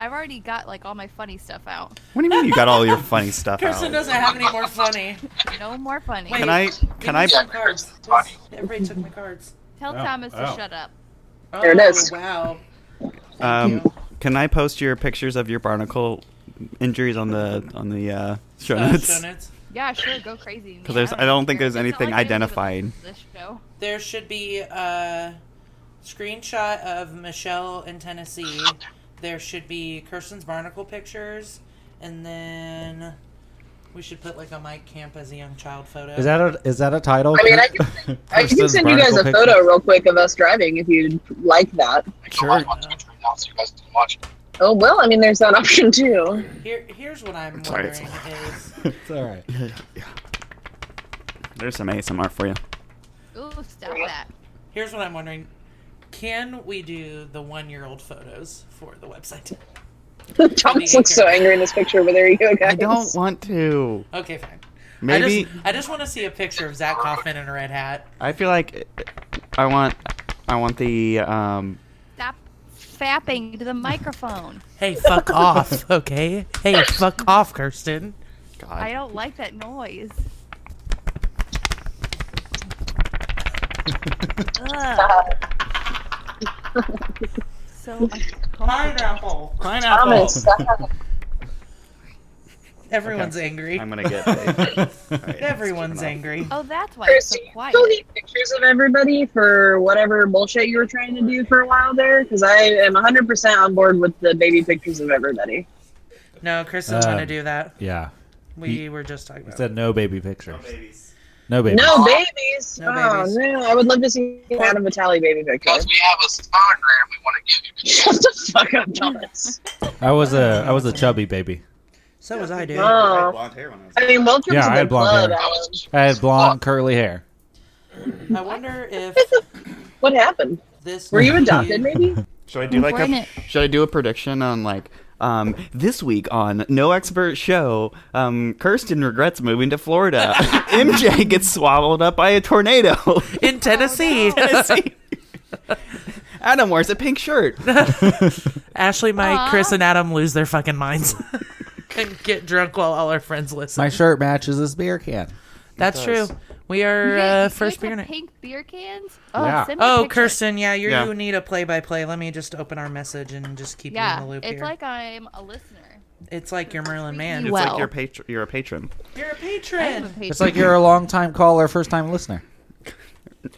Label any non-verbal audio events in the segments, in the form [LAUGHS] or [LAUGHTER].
I've already got like all my funny stuff out. What do you mean you got all [LAUGHS] your funny stuff Kirsten out? doesn't have any more funny. No more funny. Wait. Can I? Give [LAUGHS] Can me I? some cards? Just- Everybody took my cards. Tell Oh, Thomas to oh. shut up. Oh, There it is. Wow. Thank Um, you. can I post your pictures of your barnacle injuries on the on the uh, show Uh, notes? donuts. Yeah, sure, go crazy. [LAUGHS] Because there's, I don't think there's anything identified. identified. This show. There should be a screenshot of Michelle in Tennessee. There should be Kirsten's barnacle pictures, and then we should put like a Mike Camp as a young child photo. Is that a is that a title? I mean, I can send, I can Kirsten's send you guys a barnacle photo pictures. real quick of us driving if you'd like that. [LAUGHS] Sure. Uh, Oh well, I mean, there's that [LAUGHS] option too. Here, here's what I'm sorry, wondering is It's all right. There's some ASMR for you. Ooh, stop that. here's what I'm wondering. Can we do the one year old photos for the website? Thomas looks so angry in this picture over there. You go, guys. I don't want to. Okay, fine. I Maybe just, I just want to see a picture of Zach Kaufman in a red hat. I feel like I want I want the um Stop fapping to the microphone. Hey, fuck off, okay? Hey, fuck off, Kirsten. God. I don't like that noise. Ugh, so Pineapple. [LAUGHS] Thomas, stop. Everyone's Okay. angry. I'm gonna get. A, [LAUGHS] [LAUGHS] Everyone's angry. Oh, that's why it's so Kirsty, you quiet. still need pictures of everybody for whatever bullshit you were trying to do for a while there? Because I am 100% on board with the baby pictures of everybody. No, Kirsten doesn't want to Um, do that. Yeah. We were just talking It about said no baby pictures. No baby. No babies. No oh, babies. no. I would love to see an Adam Vitale baby picture. Because we have a sonogram we want to give you. [LAUGHS] Shut the fuck up, Thomas. I was a I was a chubby baby. So was I, dude. Oh. blonde hair when I was. I mean, welcome Yeah, to I the had blonde club, hair. Adam. I had Oh. blonde curly hair. I wonder if What happened? this. Were you [LAUGHS] adopted, maybe? Should I do like Bring a? it. Should I do a prediction on like? Um, this week on No Expert Show, um, Kirsten regrets moving to [LAUGHS] Florida. MJ gets swallowed up by a tornado. In [LAUGHS] Tennessee, Tennessee. Adam wears a pink [LAUGHS] shirt. Ashley, Mike, Aw. Chris, and Adam lose their fucking [LAUGHS] minds and get drunk while all our friends listen. My shirt matches this beer can. That's true. does. We are Yeah, uh, you first guys beer have night. Pink beer cans. Oh, Yeah. send me a Oh, picture. Kirsten, yeah, you Yeah. need a play-by-play. Let me just open our message and just keep you Yeah, in the loop it's here. like I'm a listener. it's like you're Merlin Man. It's Well. like you're, patr- you're a patron. You're a I'm a patron. patron. It's like you're a long time caller, first time listener.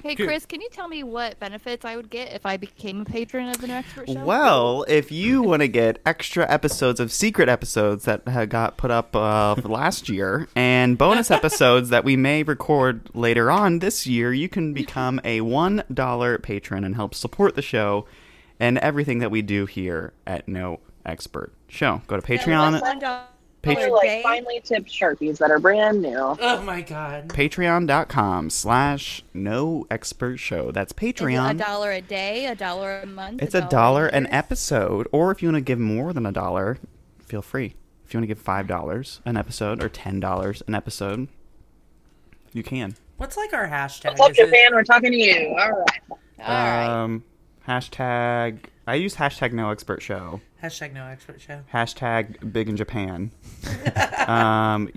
Hey, Chris, can you tell me what benefits I would get if I became a patron of the New Expert Show? Well, if you want to get extra episodes of secret episodes that had got put up uh, for last year and bonus episodes that we may record later on this year, you can become a $1 patron and help support the show and everything that we do here at No Expert Show. Go to Patreon. They're Patreon. like finely tipped Sharpies that are brand new. Oh my god. Patreon.com slash no expert show. That's a Patreon. dollar a day, a dollar a month. It's a dollar an episode, or if you want to give more than a dollar, feel free. If you want to give five dollars an episode or ten dollars an episode, you can. What's like our hashtag? What's up, Is it- Japan? We're talking to you. All right. All right. Um, hashtag. I use hashtag no expert show. Hashtag no expert show. Hashtag big in Japan. um,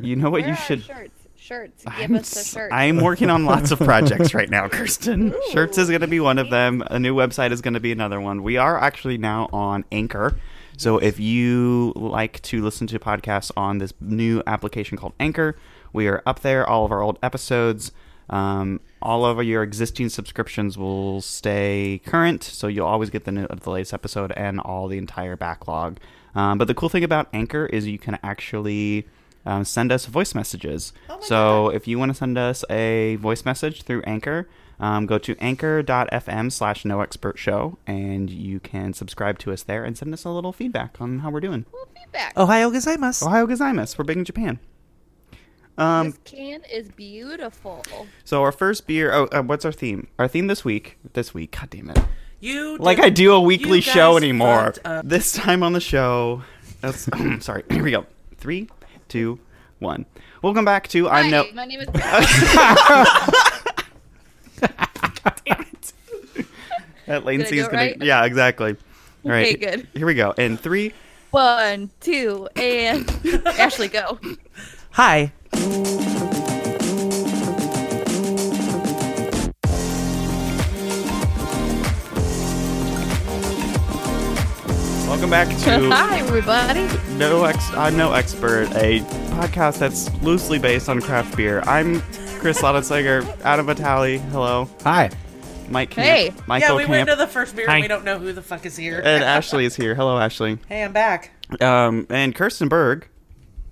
you know what Where you are should. shirts. Shirts. Give I'm, us a s- shirt. I'm working on lots of projects right [LAUGHS] now, Kirsten. Shirts is going to be one of them. A new website is going to be another one. We are actually now on Anchor. So if you like to listen to podcasts on this new application called Anchor, we are up there. All of our old episodes, um, all of your existing subscriptions will stay current. So you'll always get the, new, the latest episode and all the entire backlog. Um, but the cool thing about Anchor is you can actually um, send us voice messages. so if you want to send us a voice message through Anchor, um, go to anchor.fm slash no expert show and you can subscribe to us there and send us a little feedback on how we're doing. Cool feedback. Ohio gozaimasu. Ohio gozaimasu. We're big in Japan. Um, this can is beautiful. so our first beer. Oh, uh, what's our theme? Our theme this week. This week. God damn it. You did- like I do a you weekly guys show anymore. fucked up. This time on the show, that's [CLEARS THROAT] sorry. Here we go. Three, two, one. Welcome back to Hi, I'm no. My name is. [LAUGHS] Chris. That latency do is it [LAUGHS] gonna. right? Yeah, exactly. All right. Okay, good. Here we go. In three. One, two, and [LAUGHS] Ashley, go. Hi. Welcome back to [LAUGHS] Hi, everybody. No Ex. I'm No Expert, a podcast that's loosely based on craft beer. I'm Chris Lodenslager, Adam Vitale. Hello, Hi. Mike. Hey. Camp, yeah, Michael we went Camp. Uh, to the first beer Hi. and we don't know who the fuck is here. and Ashley is here. Hello, Ashley. hey, I'm back. Um, and Kirsten Berg,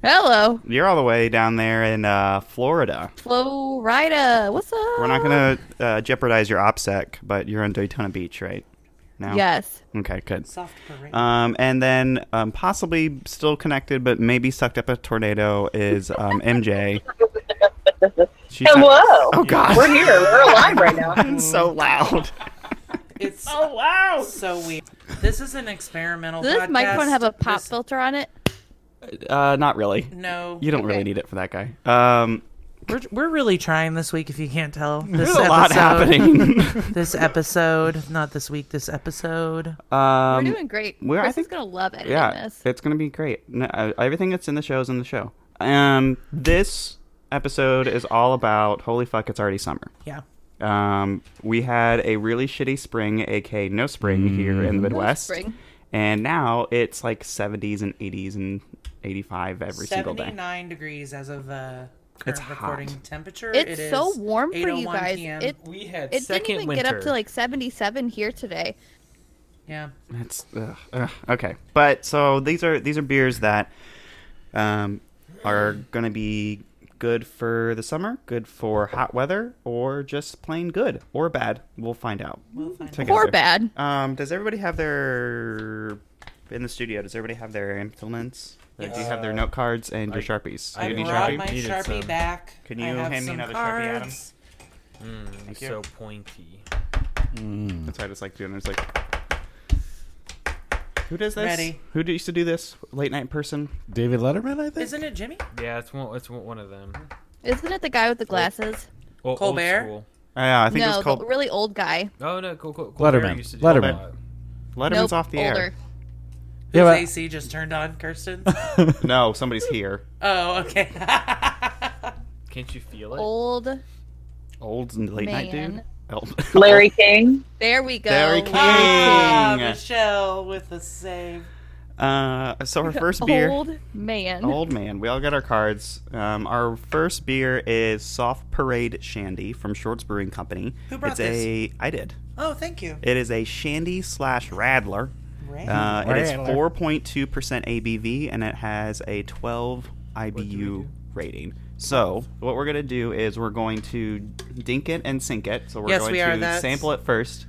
Hello, you're all the way down there in uh, Florida. Florida. What's up? We're not gonna uh, jeopardize your OPSEC, but you're in Daytona Beach, right? Now. Yes. Okay. Good. Soft parade. Um, and then um, possibly still connected, but maybe sucked up a tornado is um, [LAUGHS] MJ. She sent- Hello. Oh God. We're here. We're alive [LAUGHS] right now. It's so loud. it's oh wow, so weird. This is an experimental. Does this podcast. microphone have a pop This- filter on it? Uh, not really. No, You don't really need it for that guy. Um, We're, we're really trying this week, if you can't tell. This there's a lot [LAUGHS] happening. This episode, not this week. This episode. um, We're doing great. we're- I Chris think- is gonna love editing yeah, this. it's gonna be great. No, uh, everything that's in the show is in the show. Um, this episode is all about holy fuck, it's already summer. Yeah. Um, we had a really shitty spring, aka no spring, here in the Midwest. spring. And now it's like 70s and 80s and 85 every single day. 79 degrees as of uh, current It's hot. recording temperature. It's It is so warm for you 8:01 guys. PM. It- We had It second didn't even winter. get up to like 77 here today. yeah. That's ugh, ugh, okay. But so these are these are beers that um, are gonna be good for the summer, good for hot weather, or just plain good or bad. We'll find out. We'll find Or bad. Um, does everybody have their in the studio? Does everybody have their implements? Uh, Do you have their note cards and your sharpies? Do I you need brought sharpie? my Needed Sharpie some. back. Can I you have hand me some another Sharpie, Adam? cards. Mm, you. so pointy. That's what I just like doing. It's like. Who does this? Ready. Who used to do this? Late night person. David Letterman, I think. Isn't it Jimmy? Yeah, it's one. It's one one of them. Isn't it the guy with the glasses? Well, old Colbert? school. Oh, Uh, yeah, I think it no, was called the really old guy. No, no, Col- Col- Colbert Letterman. used to do that a Letterman. lot. Letterman's nope, off the older. air. Yeah, Whose but- AC just turned on, [LAUGHS] Kirsten. No, somebody's here. oh, okay. Can't you feel it? Old. Old and late night dude. Man. [LAUGHS] Elf- Larry King. There we go. Larry King. ah, Dang. Michelle with the save. Uh, so [LAUGHS] our first beer. Old. Old man. man. We all got our cards. Um, our first beer is Soft Parade Shandy from Shorts Brewing Company. Who it's brought a I did. Oh, thank you. It is a Shandy slash Radler. Right. Uh, it is Radler. 4.2% ABV and it has a 12 IBU rating. So, what we're going to do is we're going to dink it and sink it. So, we're Yes, going we to are. That's- sample it first.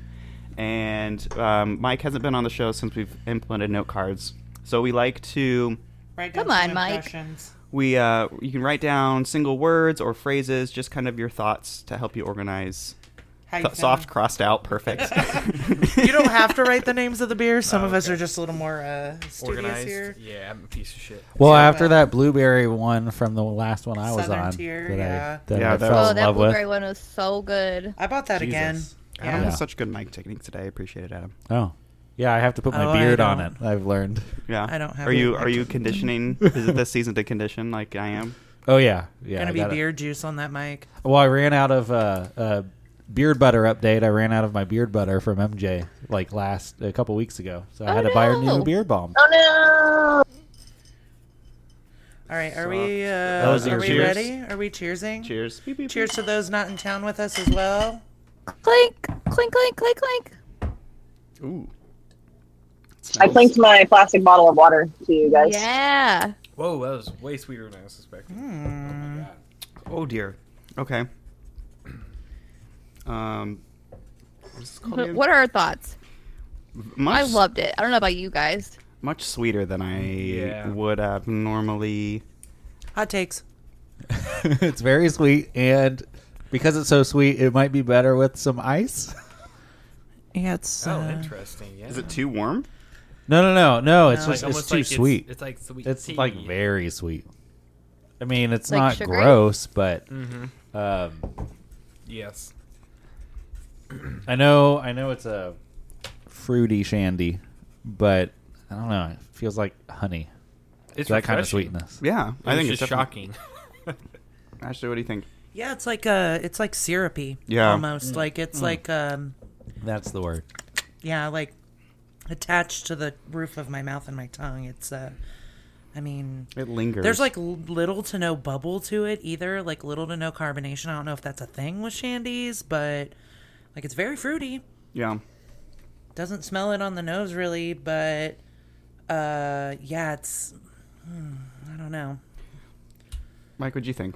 And um, Mike hasn't been on the show since we've implemented note cards. So, we like to. Write down Come on, some Mike. impressions. We, uh, you can write down single words or phrases, just kind of your thoughts to help you organize. How you Th- soft crossed out, perfect. feeling? [LAUGHS] You [LAUGHS] don't have to write the names of the beers. Oh, Some of us are just a little more uh, studious Organized. here. Yeah, I'm a piece of shit. [LAUGHS] Well, So, after uh, that blueberry one from the last one I was Southern on, Tier, yeah. that I, that Yeah, I that fell Oh, in that love blueberry with. one was so good. I bought that again. Jesus. Adam Yeah. has such good mic technique today. I appreciate it, Adam. Oh, yeah, I have to put my Oh, I beard on it. don't. I've learned. Yeah. I don't have Are it. you I are you conditioning? [LAUGHS] Is it this season to condition like I am? Oh yeah, yeah. Gonna I be got it. beer juice on that mic. Well, I ran out of uh, uh, beard butter update. I ran out of my beard butter from MJ like last a couple weeks ago, so I Oh, had to buy her no. new beard balm. Oh no. All right, are we? Uh, was are your we cheers. ready? Are we cheersing? Cheers. Beep, beep, Cheers to those not in town with us as well. Clink, clink, clink, clink, clink. beep. Ooh. I clinked my plastic bottle of water to you guys. Yeah. Whoa, that was way sweeter than I was expecting. Hmm. Oh dear. Okay. [CLEARS THROAT] Um. What is this called? again? What are our thoughts? Much, I loved it. I don't know about you guys. much sweeter than I Yeah. would have normally. Hot takes. [LAUGHS] it's very sweet, and because it's so sweet, it might be better with some ice. Yeah, it's. Oh, uh, interesting. Yeah. Is it too warm? No, no, no, no. It's No. just it's almost too like sweet. It's, like sweet. It's tea. like very sweet. I mean, it's Like not sugary? gross, but Mm-hmm. um, Yes. I know, I know it's a fruity shandy, but I don't know. It feels like honey. It's that kind of refreshing. sweetness. Yeah, I think it's just definitely- shocking. Ashley, what do you think? Yeah, it's like uh it's like syrupy. Yeah. Mm. Almost. Like it's like um That's the word. yeah, like attached to the roof of my mouth and my tongue. It's uh I mean It lingers. there's like l- little to no bubble to it either, like little to no carbonation. I don't know if that's a thing with shandies, but like it's very fruity. yeah, Doesn't smell it on the nose really, but uh yeah, it's hmm, I don't know. Mike, what do you think?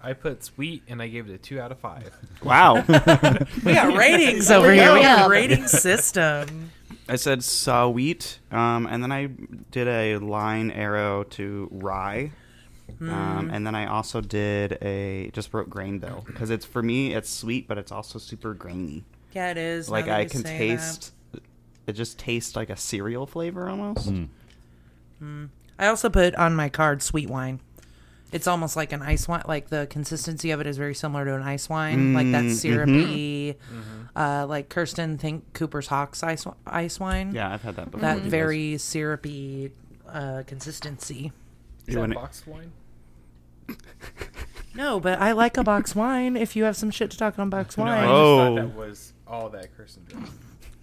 I put sweet and I gave it a two out of five. [LAUGHS] Wow, [LAUGHS] We got ratings over we here. We go. got Yeah. a rating system. I said sawwheat, um, and then I did a line arrow to rye, Hmm. um, and then I also did a just wrote grain though because it's for me it's sweet but it's also super grainy. Yeah, it is. now Like that I you can say that. taste, it just tastes like a cereal flavor almost. I also put on my card sweet wine. It's almost like an ice wine. Like the consistency of it is very similar to an ice wine, like that Mm, syrupy, mm-hmm. uh, like Kirsten think Cooper's Hawks ice wi- ice wine. Yeah, I've had that before. that because very syrupy uh, consistency. you Is that wouldn't- box wine? No, but I like a box wine. If you have some shit to talk on box No, I wine, Oh. just thought that was all that Kirsten did.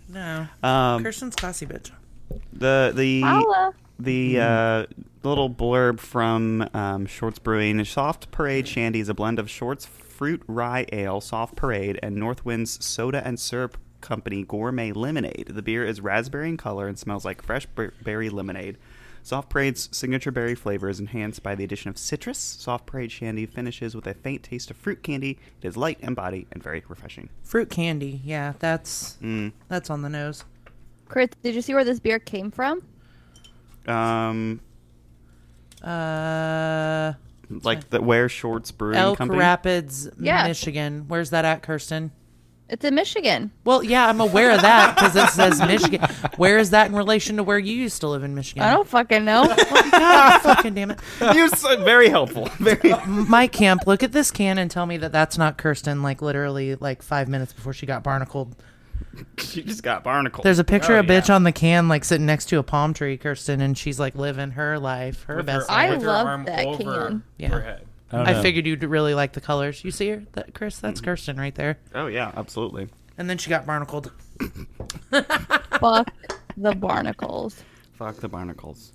no, um, Kirsten's classy bitch. the the Paula. The uh, little blurb from um, Shorts Brewing Soft Parade Shandy is a blend of Shorts Fruit Rye Ale, Soft Parade, and Northwind's Soda and Syrup Company Gourmet Lemonade. The beer is raspberry in color and smells like fresh ber- berry lemonade. Soft Parade's signature berry flavor is enhanced by the addition of citrus. Soft Parade Shandy finishes with a faint taste of fruit candy. It is light in body and very refreshing. Fruit candy, yeah, that's Mm. that's on the nose. Chris, did you see where this beer came from? Um, Uh, like the where Shorts Brewing Elk Company. [LAUGHS] Rapids, Yeah. Michigan. Where's that at, Kirsten? It's in Michigan. Well, yeah, I'm aware of that because it says Michigan. Where is that in relation to where you used to live in Michigan? I don't fucking know. fucking damn it. You're so, uh, very helpful. [LAUGHS] Very. My camp, look at this can and tell me that that's not Kirsten. Like literally, like five minutes before she got barnacled. She just got barnacle. There's a picture Oh, of bitch yeah. on the can, like sitting next to a palm tree, Kirsten, and she's like living her life, her With her- uh, best. I with her love arm that over can. Yeah. her head. I, don't I, know. figured you'd really like the colors. You see her, that, Chris? That's Mm-hmm. Kirsten right there. oh yeah, absolutely. And then she got barnacled. Fuck the barnacles. Fuck the barnacles.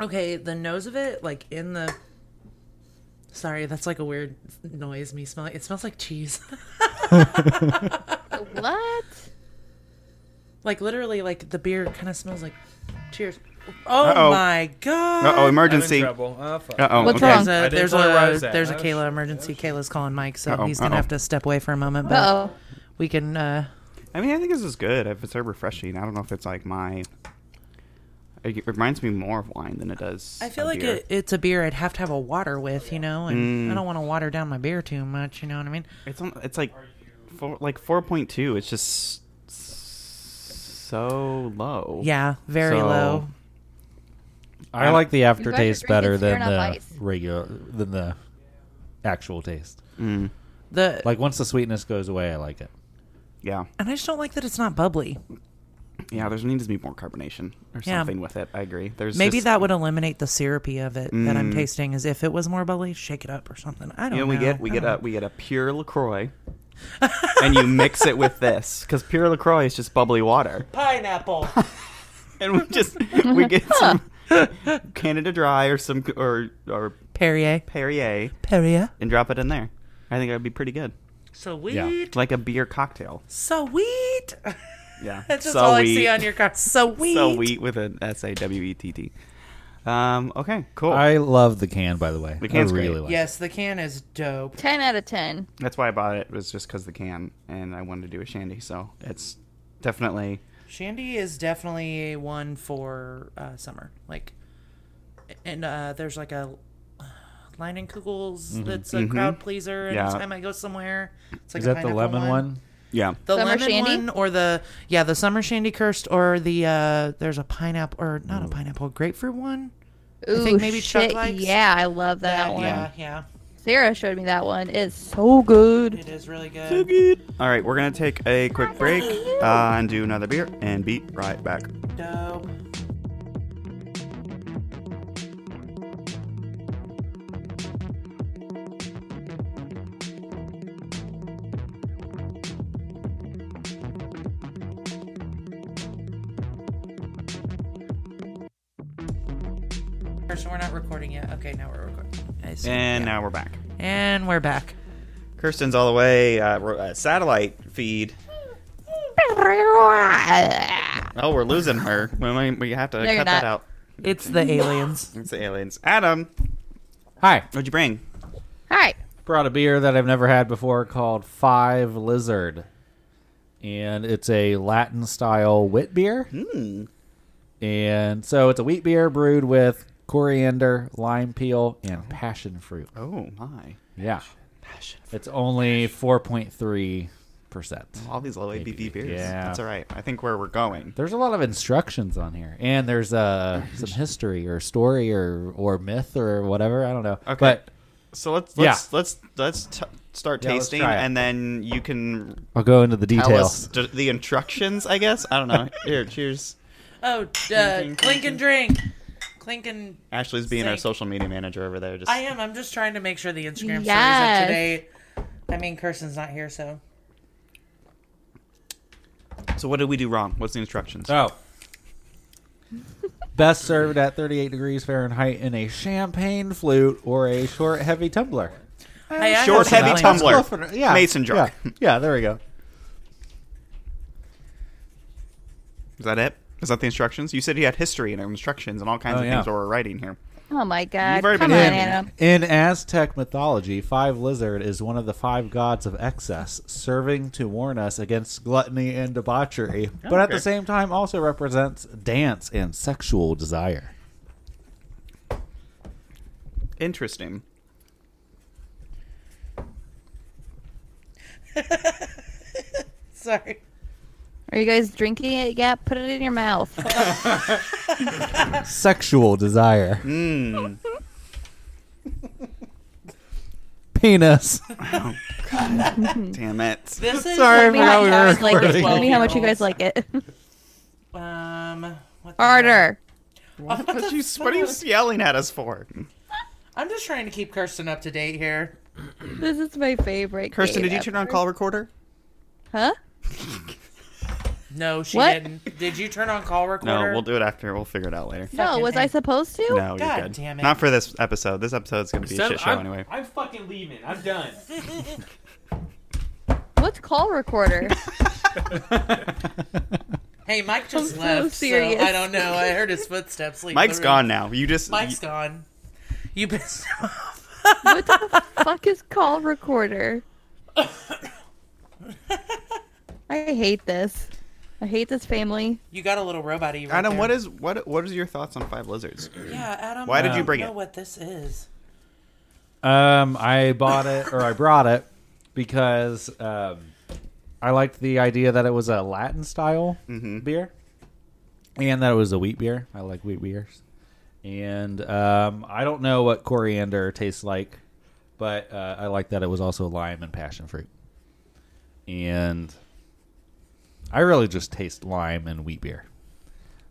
Okay, the nose of it, like in the. Sorry, that's like a weird noise. Me smelling. It smells like cheese. What? like literally, like the beer kind of smells like. Cheers. Oh Uh-oh. my god. Uh oh, Ah, I'm in emergency. Uh trouble. Oh, fuck. oh. What's okay. wrong? There's a didn't there's tell her where I a was at. there's a Oh, Kayla shit. emergency. Kayla's calling Mike, so Uh-oh, he's gonna uh-oh. have to step away for a moment. But Uh oh. we can. uh I mean, I think this is good. If it's so refreshing, I don't know if it's like my. It reminds me more of wine than it does. I feel a like beer. Mm. it, it's a beer I'd have to have a water with, you know, and I don't want to water down my beer too much. You know what I mean? It's on, it's like, four, like four point two. It's just s- so low. Yeah, very So- low. I like the drinking aftertaste better than Smirnoff the Ice. regular than the actual taste. The Like once the sweetness goes away, I like it. Yeah. and I just don't like that it's not bubbly. Yeah. There's needs to be more carbonation or Yeah. something with it. I agree. There's Maybe just- Mm. that would eliminate the syrupy of it that I'm tasting. As if it was more bubbly, shake it up or something. I don't You know, know. Uh-huh. we get we I get don't a we get a pure [LAUGHS] Lacroix, and you mix it with this because pure Lacroix is just bubbly water. know. pineapple. [LAUGHS] and we just we get some Canada Dry or some or or [LAUGHS] Perrier. Perrier Perrier. and drop it in there. I think that would be pretty good, Sweet. like a beer cocktail. Sweet. [LAUGHS] Yeah, That's just all I see on your card. [LAUGHS] Sweet. so wheat with an S A W E T T. Um. Okay. Cool. I love the can, by the way. The can's I really great. like. Yes, the can is dope. 10 out of 10. That's why I bought it was just because the can, and I wanted to do a shandy. So it's definitely Shandy is definitely one for uh, summer. Like, and uh, there's like a uh, line and Kugels Mm-hmm. that's a crowd pleaser. And Yeah. Anytime I go somewhere, it's like Is a that the pineapple lemon one? yeah. The Summer lemon shandy? one or the yeah the summer shandy cursed or the uh, there's a pineapple or not a pineapple grapefruit one. Ooh, think maybe Chuck shit. likes- Yeah, I love that yeah, one. yeah. Sarah showed me that one. It's so [LAUGHS] good. It is really good. All right, we're gonna take a quick break uh, and do another beer and be right back. Dope. So we're not recording yet. Okay, now we're recording. I see. And Yeah. now we're back. and we're back. Kirsten's all the way uh, ro- uh, satellite feed. Oh, we're losing her. We, might- we have to No, cut you're that not. out. It's [LAUGHS] the aliens. It's the aliens. Adam, Hi. what'd you bring? All right. Brought a beer that I've never had before called Five Lizard. And it's a Latin style wit beer. Hmm. And so it's a wheat beer brewed with coriander, lime peel, and passion fruit. Oh my! Yeah. It's only 4.3%. All these low ABV beers. Yeah. That's all right. I think where we're going. There's a lot of instructions on here, and there's [LAUGHS] uh, some history or story or, or myth or whatever. I don't know. Okay. But So let's Yeah. let's let's let's t- start Yeah, let's tasting, try it. and then you can I'll go into the tell us details. d- the instructions. I guess I don't [LAUGHS] know. Here, cheers. Oh, uh, Clink, clink and drink. Clink and. Ashley's being our Sink. social media manager over there. Just I am. I'm just trying to make sure the Instagram stories up Yes. to date. I mean, Kirsten's not here, so. so, what did we do wrong? What's the instructions? So, Oh. best served at 38 degrees Fahrenheit in a champagne flute or a short, heavy tumbler. Hey, I Short, have some heavy plans. tumbler. Close enough. Yeah. Mason jar. Yeah. yeah, there we go. Is that it? Is that the instructions? You said you had history and instructions and all kinds Oh, of yeah. things that we're writing here. Oh my god. You've already Come on, been in. Adam. In Aztec mythology, Five Lizard is one of the five gods of excess, serving to warn us against gluttony and debauchery, but at the Okay. same time also represents dance and sexual desire. Interesting. Sorry. Are you guys drinking it yet? Put it in your mouth. Sexual desire. [LAUGHS] Mm. Penis. Damn it. [LAUGHS] This is. Sorry Tell me how you we're guys like it. recording. Tell me how much you guys like it. [LAUGHS] Um. What the hell? Harder. What, are you, what are you yelling at us for? I'm just trying to keep Kirsten up to date here. This is my favorite. Kirsten, game did you turn on ever. call recorder? Huh? No, she What? didn't. Did you turn on call No, recorder? we'll do it after. We'll figure it out later. No, Fucking was I A. supposed to? No, you're God good. damn it. Not for this episode. This episode's going to be a shit show I'm, anyway. I'm fucking leaving. I'm done. What's call recorder? Hey, Mike just I'm [LAUGHS] so left. serious. So I don't know. I heard his footsteps leave. Mike's the room. gone now. You just Mike's gone. You pissed him [LAUGHS] off. what the fuck is call recorder? I hate this. I hate this family. You got a little robot right Adam, there. what is what what is your thoughts on Five Lizards? Yeah, Adam. Why I did you don't bring know it? what this is. Um, I bought it or I brought it because um, I liked the idea that it was a Latin style beer, and that it was a wheat beer. I like wheat beers, and um, I don't know what coriander tastes like, but uh, I like that it was also lime and passion fruit, and I really just taste lime and wheat beer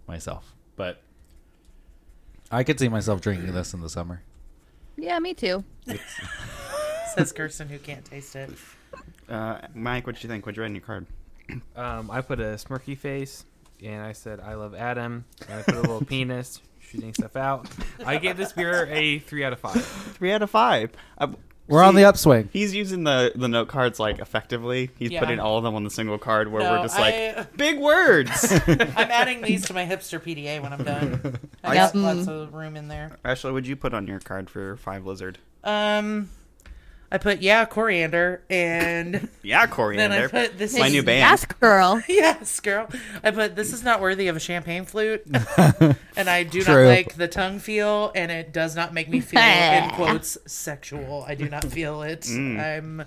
myself, but. I could see myself drinking this in the summer. Yeah, me too. Says Kirsten, who can't taste it. Uh, Mike, what'd you think? What'd you write in your card? Um, I put a smirky face, and I said, "I love Adam." And I put [LAUGHS] a little penis shooting stuff out. I gave this beer a three out of five. Three out of five. I, We're on the upswing. He's using the the note cards like effectively. He's Yeah. putting all of them on the single card where No, we're just like I- big [LAUGHS] words. I'm adding these to my hipster PDA when [LAUGHS] I'm done. I Yep. got lots of room in there. Ashley, what'd you put on your card for Five Lizard? Um, I put yeah coriander and [LAUGHS] Yeah, coriander. then I put this. My is- new band. Yes, girl. [LAUGHS] Yes, girl. I put this is not worthy of a champagne [LAUGHS] flute, and I do True. not like the tongue feel, and it does [LAUGHS] [LAUGHS] Mm. not make me feel in quotes sexual. I do not feel it. I'm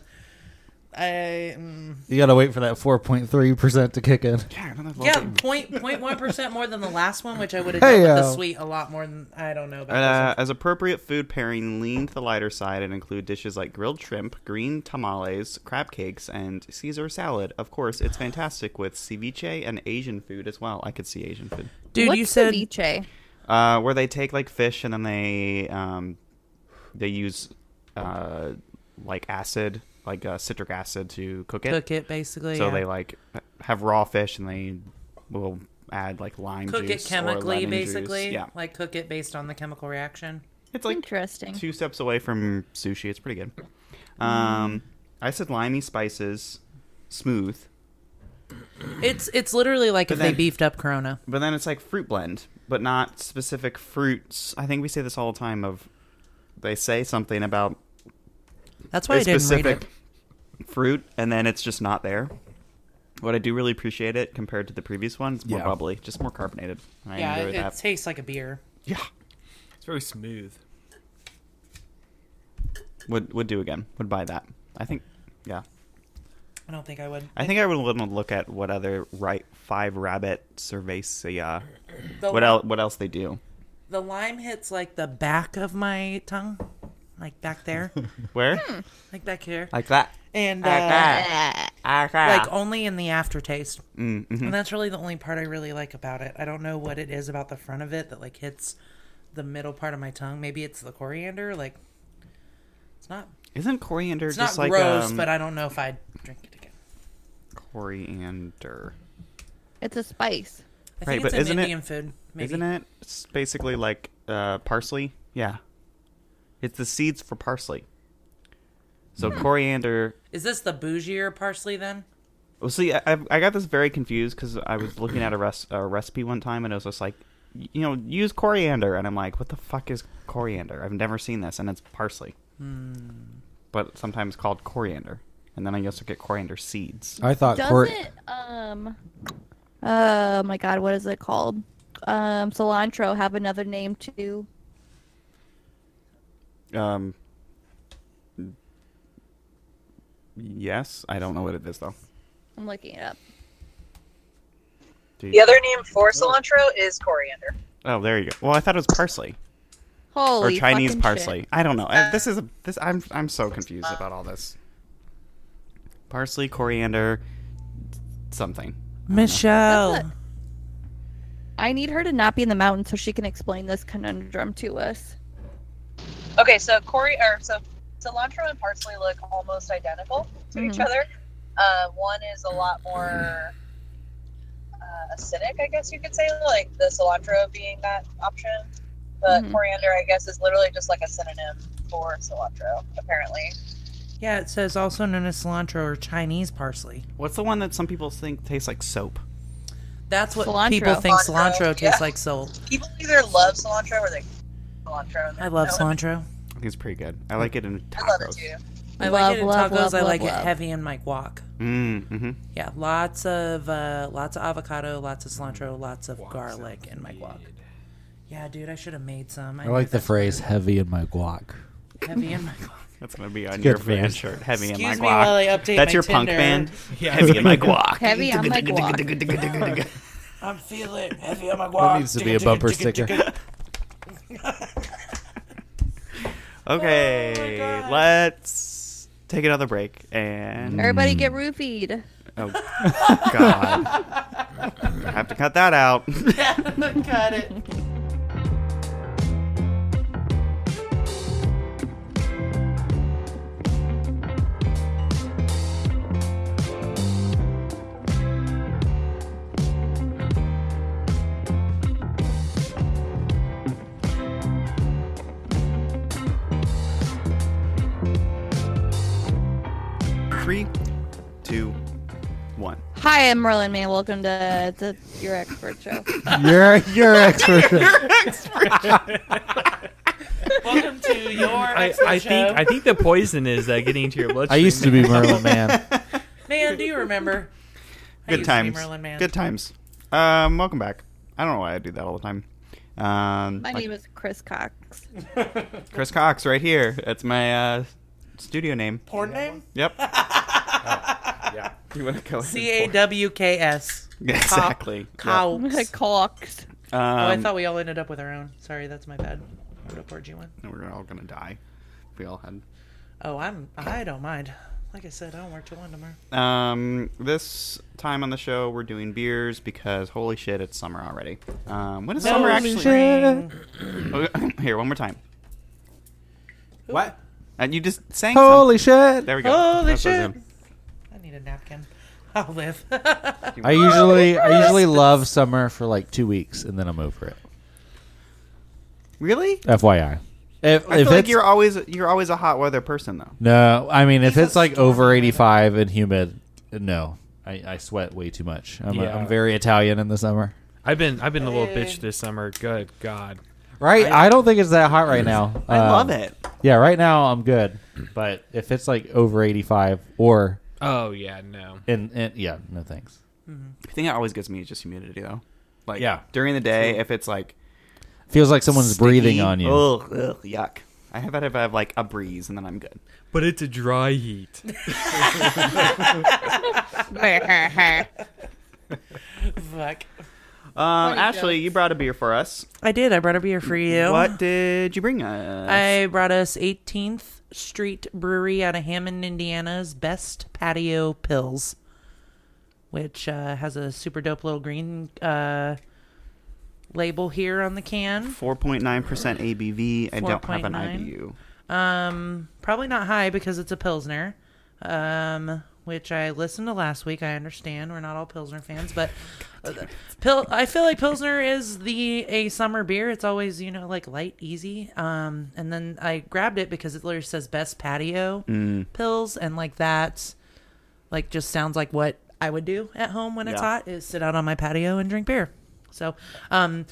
I mm, You gotta wait for that 4.3% to kick in. Yeah, another little yeah, bit. point point one percent more than the last one, which I would have done Hey, with yo. the sweet a lot more than I don't know about. Uh, this as appropriate food pairing, lean to the lighter side and include dishes like grilled shrimp, green tamales, crab cakes, and Caesar salad. Of course, it's fantastic with ceviche and Asian food as well. I could see Asian food. one. dude, What's you said ceviche? Uh, where they take like fish and then they um, they use uh, like acid, like uh, citric acid, to cook it. cook it basically. so yeah. they like have raw fish and they will add like lime cook it juice or chemically, lemon juice. basically. Yeah, like cook it based on the chemical reaction. it's like Interesting. Mm-hmm. two steps away from sushi. It's pretty good. Mm. Um, I said limey spices, smooth, [CLEARS THROAT] It's it's literally like But if then- they beefed up Corona. but then it's like fruit blend, but not specific fruits. I think we say this all the time. Of they say something about That's why a I didn't read specific it. fruit, and then it's just not there. What I do really appreciate it compared to the previous one, it's more Yeah. bubbly, just more carbonated. I Yeah, enjoy it, it that. tastes like a beer. yeah, It's very smooth. would would do again. Would buy that. I think. Yeah, I don't think I would. I think I would want to look at what other right five rabbit cervacea. The, What li- else? What else they do? The lime hits like the back of my tongue, like [LAUGHS] back there, Where? like back here, like that. and Like uh, that. Like like that. only in the aftertaste. Mm, mhm. And that's really the only part I really like about it. I don't know what it is about the front of it that like hits the middle part of my tongue. Maybe it's the coriander. Like it's not Isn't coriander it's just not like gross, um, but I don't know if I'd drink it again. coriander? It's a spice. I think Right, it's but an isn't it- Indian food. Maybe. Isn't it s- basically like uh, parsley? Yeah. It's the seeds for parsley. So Hmm. coriander. Is this the bougier parsley then? Well, see, I, I've- I got this very confused because I was looking at a, res- a recipe one time and it was just like, y- you know, use coriander. And I'm like, what the fuck is coriander? I've never seen this. And it's parsley. Hmm. But sometimes called coriander. And then I also get coriander seeds. I thought Doesn't Cor- um oh my god, what is it called? Um cilantro have another name too. Um, yes. I don't know what it is, though. I'm looking it up. Do you- The other name for cilantro is coriander. Oh, there you go. Well, I thought it was parsley. Holy or Chinese fucking shit. parsley. I don't know. Uh, This is a, this. I'm I'm so confused about all this. Parsley, coriander, something. That's Michelle. what- I need her to not be in the mountain so she can explain this conundrum to us. Okay, so cori or so cilantro and parsley look almost identical to each Mm-hmm. Mhm. other. Uh, one is a lot more uh, acidic, I guess you could say, like the cilantro being that option. But Mm-hmm. Mhm. coriander, I guess, is literally just like a synonym for cilantro, apparently. Yeah, it says also known as cilantro or Chinese parsley. What's the one that some people think tastes like soap? That's what Cilantro. people think cilantro, Cilantro, tastes yeah. like soul. People either love cilantro or they cilantro. I love No, cilantro. I think it's pretty good. I like it in tacos. I love it too. I Love, like it in love, tacos. love, I love, like love. it heavy in my guak. Mm, hmm Yeah, lots of uh, lots of avocado, lots of cilantro, lots of Guac garlic in my guac. Yeah, dude, I should have made some. I like the phrase heavy in my guac. heavy in my guac. That's gonna be on good your for you. fan shirt. Heavy in my Excuse guac. me while I update That's my your punk Tinder. band. Yeah. Heavy in my guac. Heavy on my guac. I'm feeling heavy [LAUGHS] on my That guac. needs to be a bumper sticker. Okay, let's take another break and Everybody get Mm. roofied. oh god, I [LAUGHS] have to cut that out. [LAUGHS] Cut it. Three, two, one. Hi, I'm Merlin May. Welcome to the Your Expert [LAUGHS] Show. [LAUGHS] You're [LAUGHS] you're expert. Welcome to your I, expert I show. think I think the poison is uh, getting into your I bloodstream. used to be [LAUGHS] [LAUGHS] Merlin Man. Man, do you remember? I Good used to be times. Merlin Man. Good times. Um, welcome back. I don't know why I do that all the time. Um, My like name is Chris [LAUGHS] Cox. Chris Cox right here. That's my uh, studio name. [LAUGHS] Porn name? Yep. Yeah. You want to go? ahead and C [LAUGHS] A W K S. Yeah, exactly. Cox. Cox. pour- Um, [LAUGHS] oh, I thought we all ended up with our own. Sorry, that's my bad. What up, RG one? and we're all gonna die. We all had. Oh, I'm. I don't mind. Like I said, I don't work till one tomorrow. Um, this time on the show, we're doing beers because holy shit, it's summer already. Um, when is summer Holy actually? spring. Okay, [LAUGHS] Here, one more time. What? And you just sang. Holy shit! something. There we go. Holy That's what I shit! was doing. I need a napkin. [LAUGHS] I'll live. I usually I usually love summer for like two weeks and then I'm over it. Really? FYI. If, I if feel like it's- you're always you're always a hot weather person though. no, I mean if He's a it's like stormy over weather. eighty five and humid, no, I, I sweat way too much. I'm, a, Yeah. I'm very Italian in the summer, I've been I've been a little Hey. bitch this summer. Good God. right? I, don't think it's that hot right now. I Um, love it. Yeah, right now I'm good, but if it's like over eighty five or Oh yeah, no. and, and yeah, no thanks. The thing that always gets me is just humidity though. Like Yeah. during the day, if it's like Feels like someone's breathing sticky, Oh. on you. Ugh, ugh, yuck. I have that if I have like a breeze and then I'm good. But it's a dry heat. Fuck. Um, Ashley, you brought a beer for us. I did. I brought a beer for you. What did you bring us? I brought us 18th Street Brewery out of Hammond, Indiana's best patio pills, which uh, has a super dope little green uh, label here on the can. 4.9% ABV. I don't have an 4.9. IBU. Um, probably not high because it's a pilsner. Um, which I listened to last week. I understand we're not all pilsner fans, but pil- I feel like pilsner is the a summer beer. It's always you know like light, easy. Um, and then I grabbed it because it literally says best patio pills, and like that, like just sounds like what I would do at home when it's Yeah. hot is sit out on my patio and drink beer. So, um,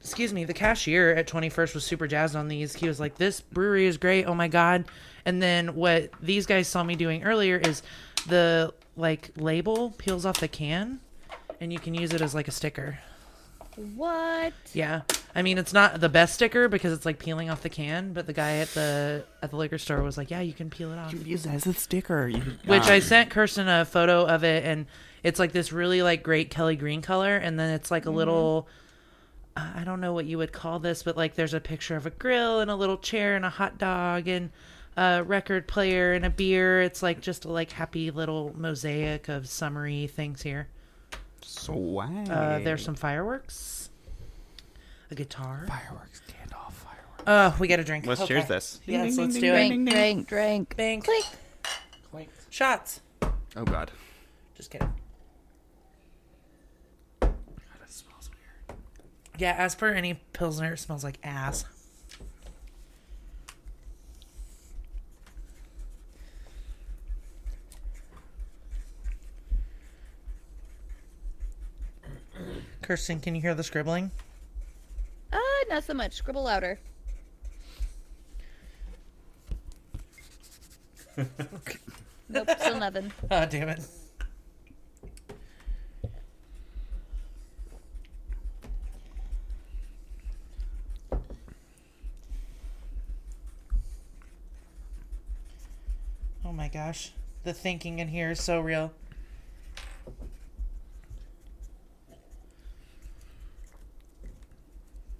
excuse me, the cashier at 21st was super jazzed on these. He was like, This brewery is great. Oh my God. And then what these guys saw me doing earlier is the like label peels off the can and you can use it as like a sticker. What? Yeah. I mean, it's not the best sticker because it's like peeling off the can, but the guy at the at the liquor store was like, "Yeah, you can peel it off." Use that as a sticker. You- which I Um, sent Kirsten a photo of it, and it's like this really like great Kelly green color, and then it's like a little. uh, I I don't know what you would call this, but like there's a picture of a grill and a little chair and a hot dog and a record player and a beer. It's like just a like happy little mosaic of summery things here. Swag. Uh, there's some fireworks, a guitar. Fireworks, Gandalf, fireworks. Oh, we got to drink. Let's Okay. cheers this. Yes, let's do it. Drink, drink, drink. Bing. Click. Shots. Oh, God. Just kidding. Yeah, as per any pilsner, it smells like ass. Kirsten, can you hear the scribbling? Uh, not so much. Scribble louder. [LAUGHS] nope, still nothing. [LAUGHS] Oh, damn it. Oh my gosh. The thinking in here is so real.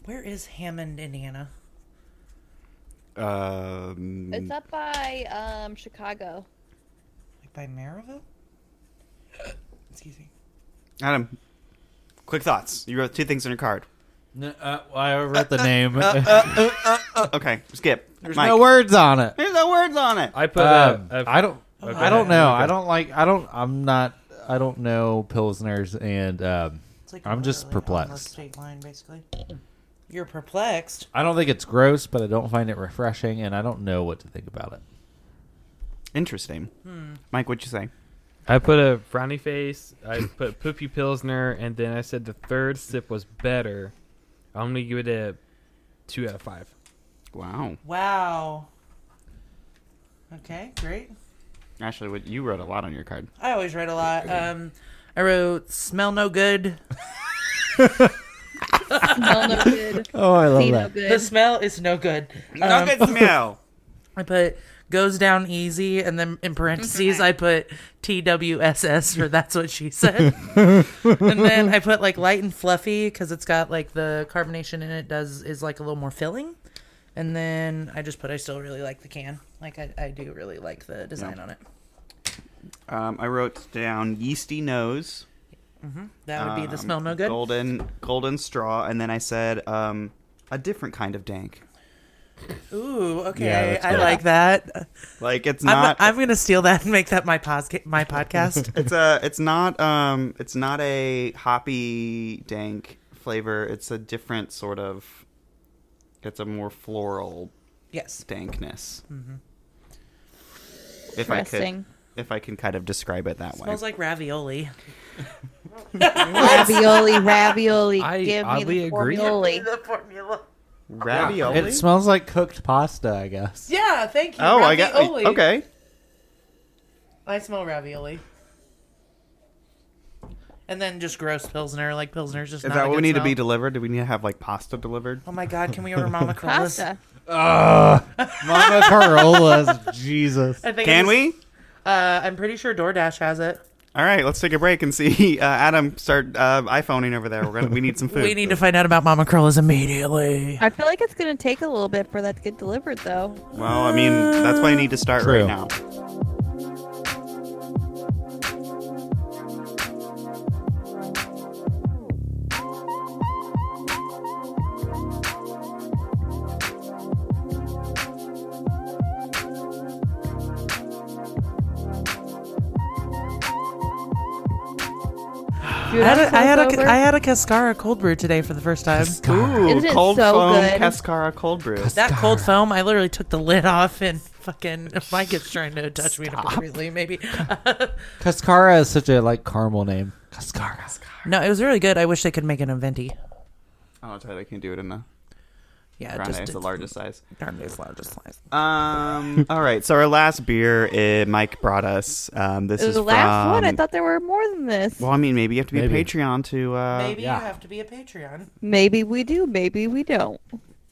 Where is Hammond, Indiana? Mm. Um, It's up by um Chicago. Like by Maryville? [COUGHS] Excuse me. Adam, quick thoughts. You wrote two things on your card. uh, I wrote the name. [LAUGHS] Okay, skip. There's no words on it. There's no words on it. I put Um, a, a I don't. Okay. I don't know. I don't like. I don't. I'm not. I don't know pilsners, and um, It's like I'm just literally on the perplexed. State line, basically. You're perplexed. I don't think it's gross, but I don't find it refreshing, and I don't know what to think about it. Interesting. Hmm. Mike, what'd you say? I put a frowny face. I put poopy pilsner, and then I said the third sip was better. I'm gonna give it a two out of five. Wow. Wow. Okay, great. Ashley, what, you wrote a lot on your card. I always write a lot. Um, I wrote "Smell No Good." Smell no good. Oh, I See no [LAUGHS] The good. [LAUGHS] Um, smell is no good. Um, smell. I put goes down easy, and then in parentheses I put TWSS for that's what she [LAUGHS] said, and then I put like light and fluffy because it's got like the carbonation in it does is like a little more filling, and then I just put I still really like the can, like I, I do really like the design on it. Um, I wrote down yeasty nose. That would be the um, smell no good. Golden, golden straw, and then I said um, a different kind of dank. Ooh, okay, Yeah, that's I good. like that. Like it's not. I'm, I'm gonna steal that and make that my posca- [LAUGHS] my podcast. it's a. It's not. Um. It's not a hoppy dank flavor. It's a different sort of. It's a more floral yes. dankness. Mm-hmm. If I could, Interesting. if I can kind of describe it that way. Smells like ravioli. ravioli, ravioli. I give me oddly the agree. ravioli. [LAUGHS] The formula. Ravioli. It smells like cooked pasta, I guess. Yeah, thank you. oh, I got. Ravioli. Okay. I smell ravioli. And then just gross pilsner, like pilsner's just. Is not that a what we good need to smell. be delivered? Do we need to have like pasta delivered? Oh my god! Can we order [LAUGHS] Mama Carla's? Pasta. Ugh. [LAUGHS] Mama Carola's Jesus. I think I Can just- we? Uh, I'm pretty sure DoorDash has it. All right, let's take a break and see [LAUGHS] uh, Adam start uh, iPhoning over there. We're gonna, we need [LAUGHS] some food. We need to find out about Mama Carla's immediately. I feel like it's gonna take a little bit for that to get delivered, though. Well, I mean, that's why I need to start right True. now. Dude, I had, I'm a, so I, had sober. a, I had a Cascara cold brew today for the first time. Ooh. Ooh, Isn't it cold so foam good? cascara cold brew. That cold foam, I literally took the lid off and fucking [LAUGHS] Mike is trying to touch me [LAUGHS] inappropriately, maybe. Cascara is such a like caramel name. Cascara. no, it was really good. I wish they could make it a venti. Oh, it's right, I can't do it in the Yeah, grande. just It's the it's- largest size. Grande's largest size. Um. all right. So our last beer, eh, Mike brought us. Um, this It is was the last from- one. I thought there were more than this. Well, I mean, maybe you have to be a Maybe. Patreon to. Uh, Maybe yeah. you have to be a Patreon. Maybe we do. Maybe we don't.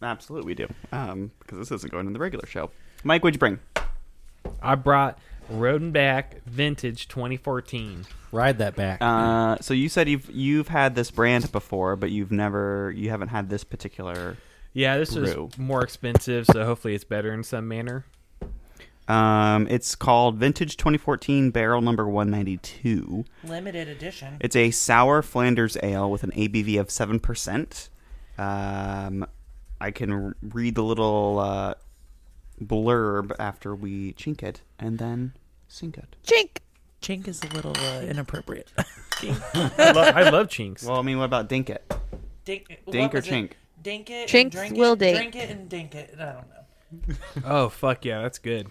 Absolutely, we do. Um, because this isn't going in the regular show. Mike, what'd you bring? I brought Roden Back Vintage 2014. Ride that back. Uh, so you said you've you've had this brand before, but you've never you haven't had this particular. Yeah, this is Brew. more expensive, so hopefully it's better in some manner. Um, it's called Vintage 2014 Barrel Number 192. Limited edition. It's a sour Flanders ale with an ABV of seven percent. Um, I can r- read the little uh, blurb after we chink it and then sink it. Chink. Chink is a little uh, inappropriate. [LAUGHS] I, lo- I love chinks. Well, I mean, what about dink it? Dink, what Dink or was it? chink? Dink it. Chinks and drink will it, date. Drink it and dink it. I don't know. oh fuck yeah, that's good.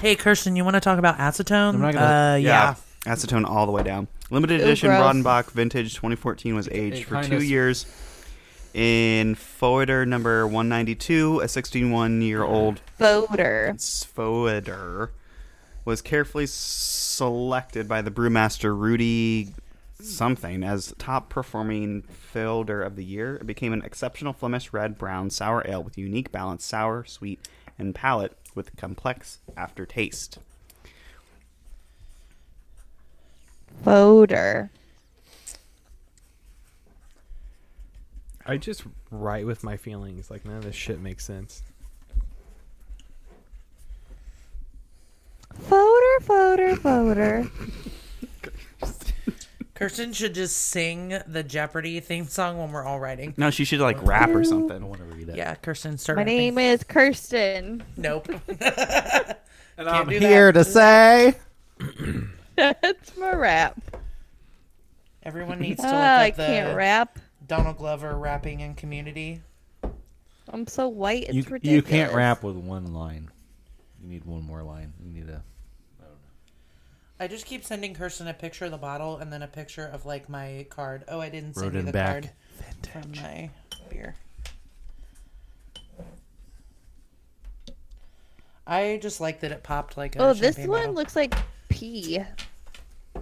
Hey, Kirsten, you want to talk about acetone? I'm not gonna- uh, yeah. Acetone all the way down. Limited Ew, edition gross. Brodenbach Vintage 2014 was aged It for kinda two s- years in Foeder number 192. A 61 year old Voter. Sfoeder was carefully selected by the brewmaster Rudy something as top performing filter of the year. It became an exceptional Flemish red brown sour ale with unique balance, sour, sweet, and palate with complex aftertaste. Voter. I just write with my feelings. Like none of this shit makes sense. Voter. Voter. Voter. Kirsten should just sing the Jeopardy theme song when we're all writing. No, she should like rap or I something. want to read it. Yeah, Kirsten, start. My rapping. name is Kirsten. [LAUGHS] Nope. And I'm do here to say That's my rap. Everyone needs to Oh, look I up the can't rap. Donald Glover rapping in Community. I'm so white. It's you, ridiculous. you can't rap with one line. You need one more line. You need a I just keep sending Kirsten a picture of the bottle and then a picture of like my card. Oh, I didn't send you Roden the back. card from my beer. I just like that it popped like a Oh, this champagne Oh, one bottle. looks like pee.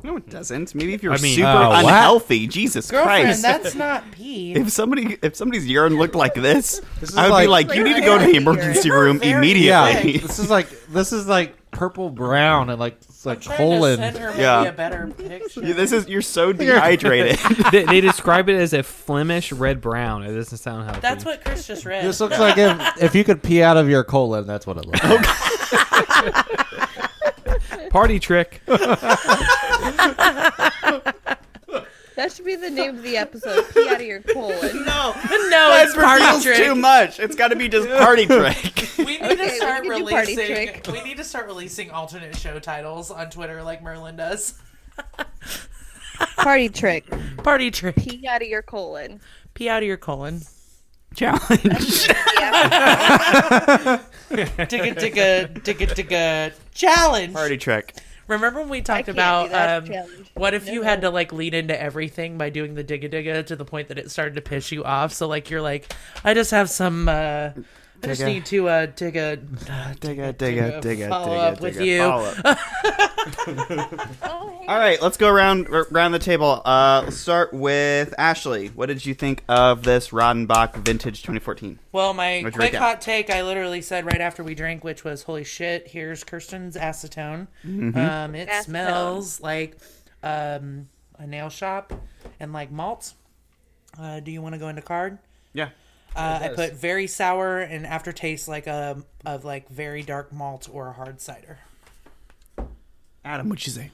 No, it doesn't. Maybe if you're I mean- super Uh, what? unhealthy, Jesus Hmm. Girlfriend, Christ. that's not [LAUGHS] pee. if somebody if somebody's urine looked like this, This is I would be like- like, you need to go to the emergency room Very Yeah, immediately. [LAUGHS] this is like this is like purple brown and like it's like Trying To send colon. her Yeah. maybe a better picture. [LAUGHS] Yeah, this is you're [LAUGHS] so dehydrated. [LAUGHS] they, they describe it as a Flemish red brown. It doesn't sound healthy. That's what Chris just read. This looks like if if you could pee out of your colon, that's what it looks. like. party trick. That should be the name of the episode. Pee out of your colon. [LAUGHS] [LAUGHS] no, no, it's [LAUGHS] party Feels trick. too much. It's got to be just party trick. [LAUGHS] We need Okay, to we start can do party releasing. trick. [LAUGHS] We need to start releasing alternate show titles on Twitter like Merlin does. [LAUGHS] Party trick. Party trick. Pee out of your colon. Pee out of your colon. Challenge. [LAUGHS] [LAUGHS] Yeah. Digga digga digga digga challenge. party trick. Remember when we I talked can't do about that um, challenge. what if you had to like lead into everything by doing the digga digga to the point that it started to piss you off? So like you're like, I just have some. Uh, I just Digga. need to uh, dig a uh, Digga, digga, digga, digga, follow digga, up with digga, you. [LAUGHS] follow up. All right, let's go around r- around the table. Uh, let's start with Ashley. What did you think of this Rodenbach Vintage 2014? Well, my What'd you quick write down? hot take I literally said right after we drank, which was, "Holy shit! Here's Kirsten's acetone. Um, it Acetone. smells like um, a nail shop and like malt." Uh, do you want to go into card? Yeah. Uh, I put very sour and aftertaste like a of like very dark malt or a hard cider. Adam, what'd you say?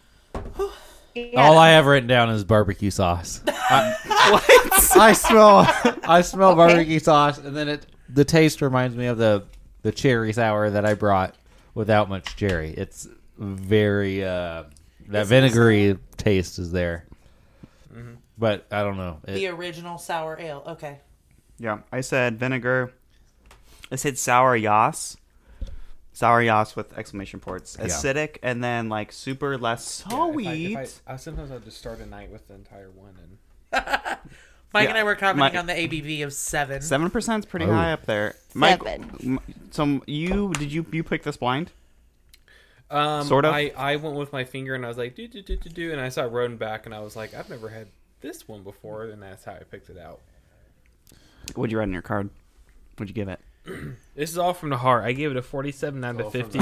All I have written down is barbecue [LAUGHS] sauce. I, I smell I smell barbecue sauce, and then it the taste reminds me of the the cherry sour that I brought without much cherry. It's very uh, that vinegary taste is there, Mm-hmm. but I don't know. It- The original sour ale. Okay. Yeah, I said vinegar. I said sour yas. Sour yas with exclamation points. Acidic and then like super less sweet. uh, sometimes I'll just start a night with the entire one. And Mike Yeah. and I were commenting My- on the ABV of seven. Seven percent is pretty Oh. high up there. Mike, Seven. m- so you did you you pick this blind? um, Sort of. I, I went with my finger and I was like, do do do do do, and I saw Roden back, and I was like, I've never had this one before, and that's how I picked it out. What'd you write on your card? What'd you give it? This is all from the heart. I gave it a forty-seven out of fifty.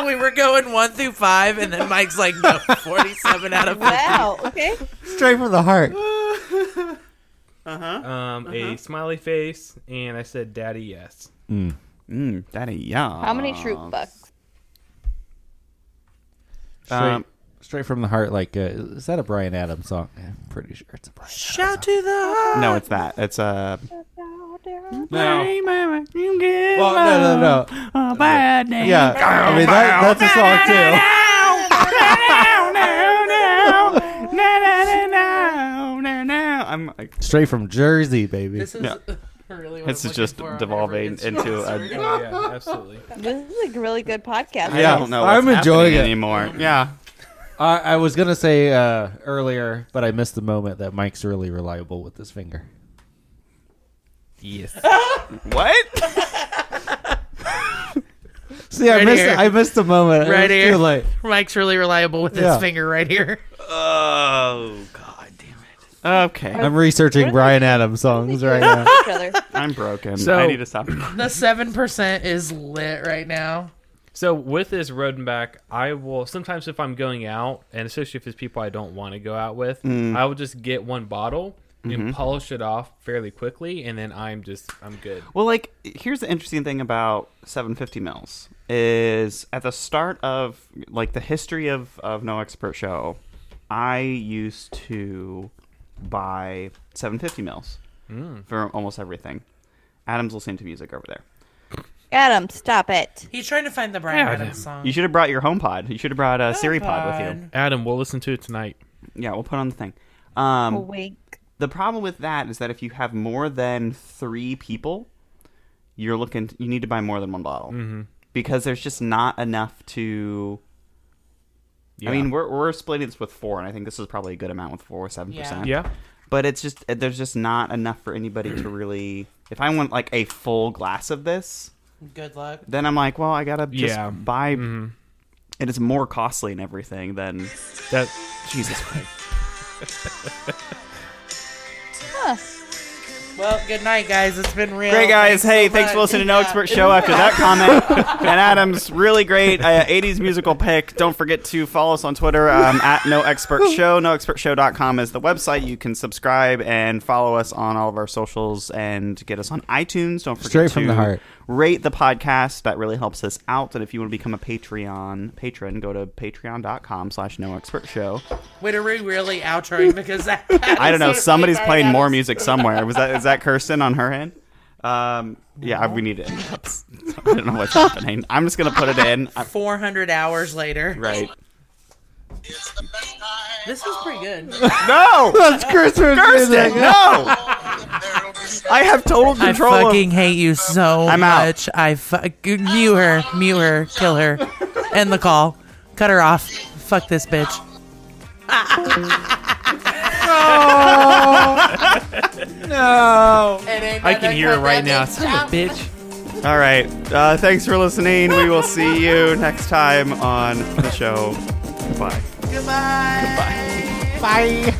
[LAUGHS] we were going one through five, and then Mike's like, "No, forty-seven out of 50. Wow. [LAUGHS] Okay. Straight from the heart. [LAUGHS] Um, a smiley face, and I said, "Daddy, yes." Mm, Mmm, daddy, yeah. How many troop bucks? Straight, Um, straight from the heart. Like uh, is that a Brian Adams song? I'm pretty sure it's a Brian. Shout to the heart. No, it's that. It's uh No. you get Well, no, no, no. a bad name. Yeah, I mean that, that's a song too. I'm like, Straight from Jersey, baby. This is Yeah. [LAUGHS] really. What this I'm is just looking for on devolving every into influencer. a. Oh, yeah, absolutely. This is a really good podcast. I don't know. What's I'm enjoying happening it. anymore. Yeah, I, I was gonna say uh, earlier, but I missed the moment that Mike's really reliable with his finger. Yes. what? [LAUGHS] See, I Right missed. here. I missed the moment. It Right was here. Too late. [LAUGHS] Mike's really reliable with Yeah. his finger right here. [LAUGHS] Oh god damn it. Okay, I'm researching Brian Adams songs right now. [LAUGHS] Each [LAUGHS] other. I'm broken. So- I need to stop. The seven percent is lit right now. So with this Rodenbach, I will sometimes if I'm going out, and especially if it's people I don't want to go out with, I will just get one bottle and polish it off fairly quickly, and then I'm just I'm good. Well, like here's the interesting thing about 750 mils is at the start of like the history of of No Expert Show, I used to buy 750 mils for almost everything. Adam's listening to music over there. Adam, stop it. He's trying to find the Brian Yeah. Adams song. You should have brought your home pod. You should have brought a Siri pod with you. Adam, we'll listen to it tonight. Yeah, we'll put on the thing. Um, Wink. the problem with that is that if you have more than three people, you're looking. You need to buy more than one bottle because there's just not enough to. I mean, we're we're splitting this with four, and I think this is probably a good amount with four, seven percent. yeah, But it's just there's just not enough for anybody to really. If I want like a full glass of this, Good luck. then I'm like, well, I gotta just Yeah. buy and it's more costly and everything than That Jesus Christ. Huh. Well, good night, guys. It's been real. Great guys, so hey, thanks much. for listening to No Yeah. Expert Show. After that comment, Ben Adams, really great uh, '80s musical pick. Don't forget to follow us on Twitter um, at No Expert Show. NoExpertShow.com is the website. You can subscribe and follow us on all of our socials and get us on iTunes. Don't forget Straight to from the heart. rate the podcast. That really helps us out. And if you want to become a Patreon patron, go to Patreon.com/slash No Expert Show. Wait, are we really outroing [LAUGHS] because that? I don't know. Somebody's playing more music. music somewhere. Was that is that Kirsten on her end? Um, yeah, we need to end that. I don't know what's happening. I'm just gonna put it in. I- 400 hours later. right. It's the best time. This is pretty good. No, That's Christmas [LAUGHS] Kirsten, no. There'll be some I have total I control. of- fucking hate you so I'm out. much. I fuck mute her, mute her, kill her, end the call, cut her off. Fuck this bitch. No. I can hear it right now. Son of a bitch. All right. Uh, thanks for listening. We will see you next time on the show. Bye. Goodbye. Bye.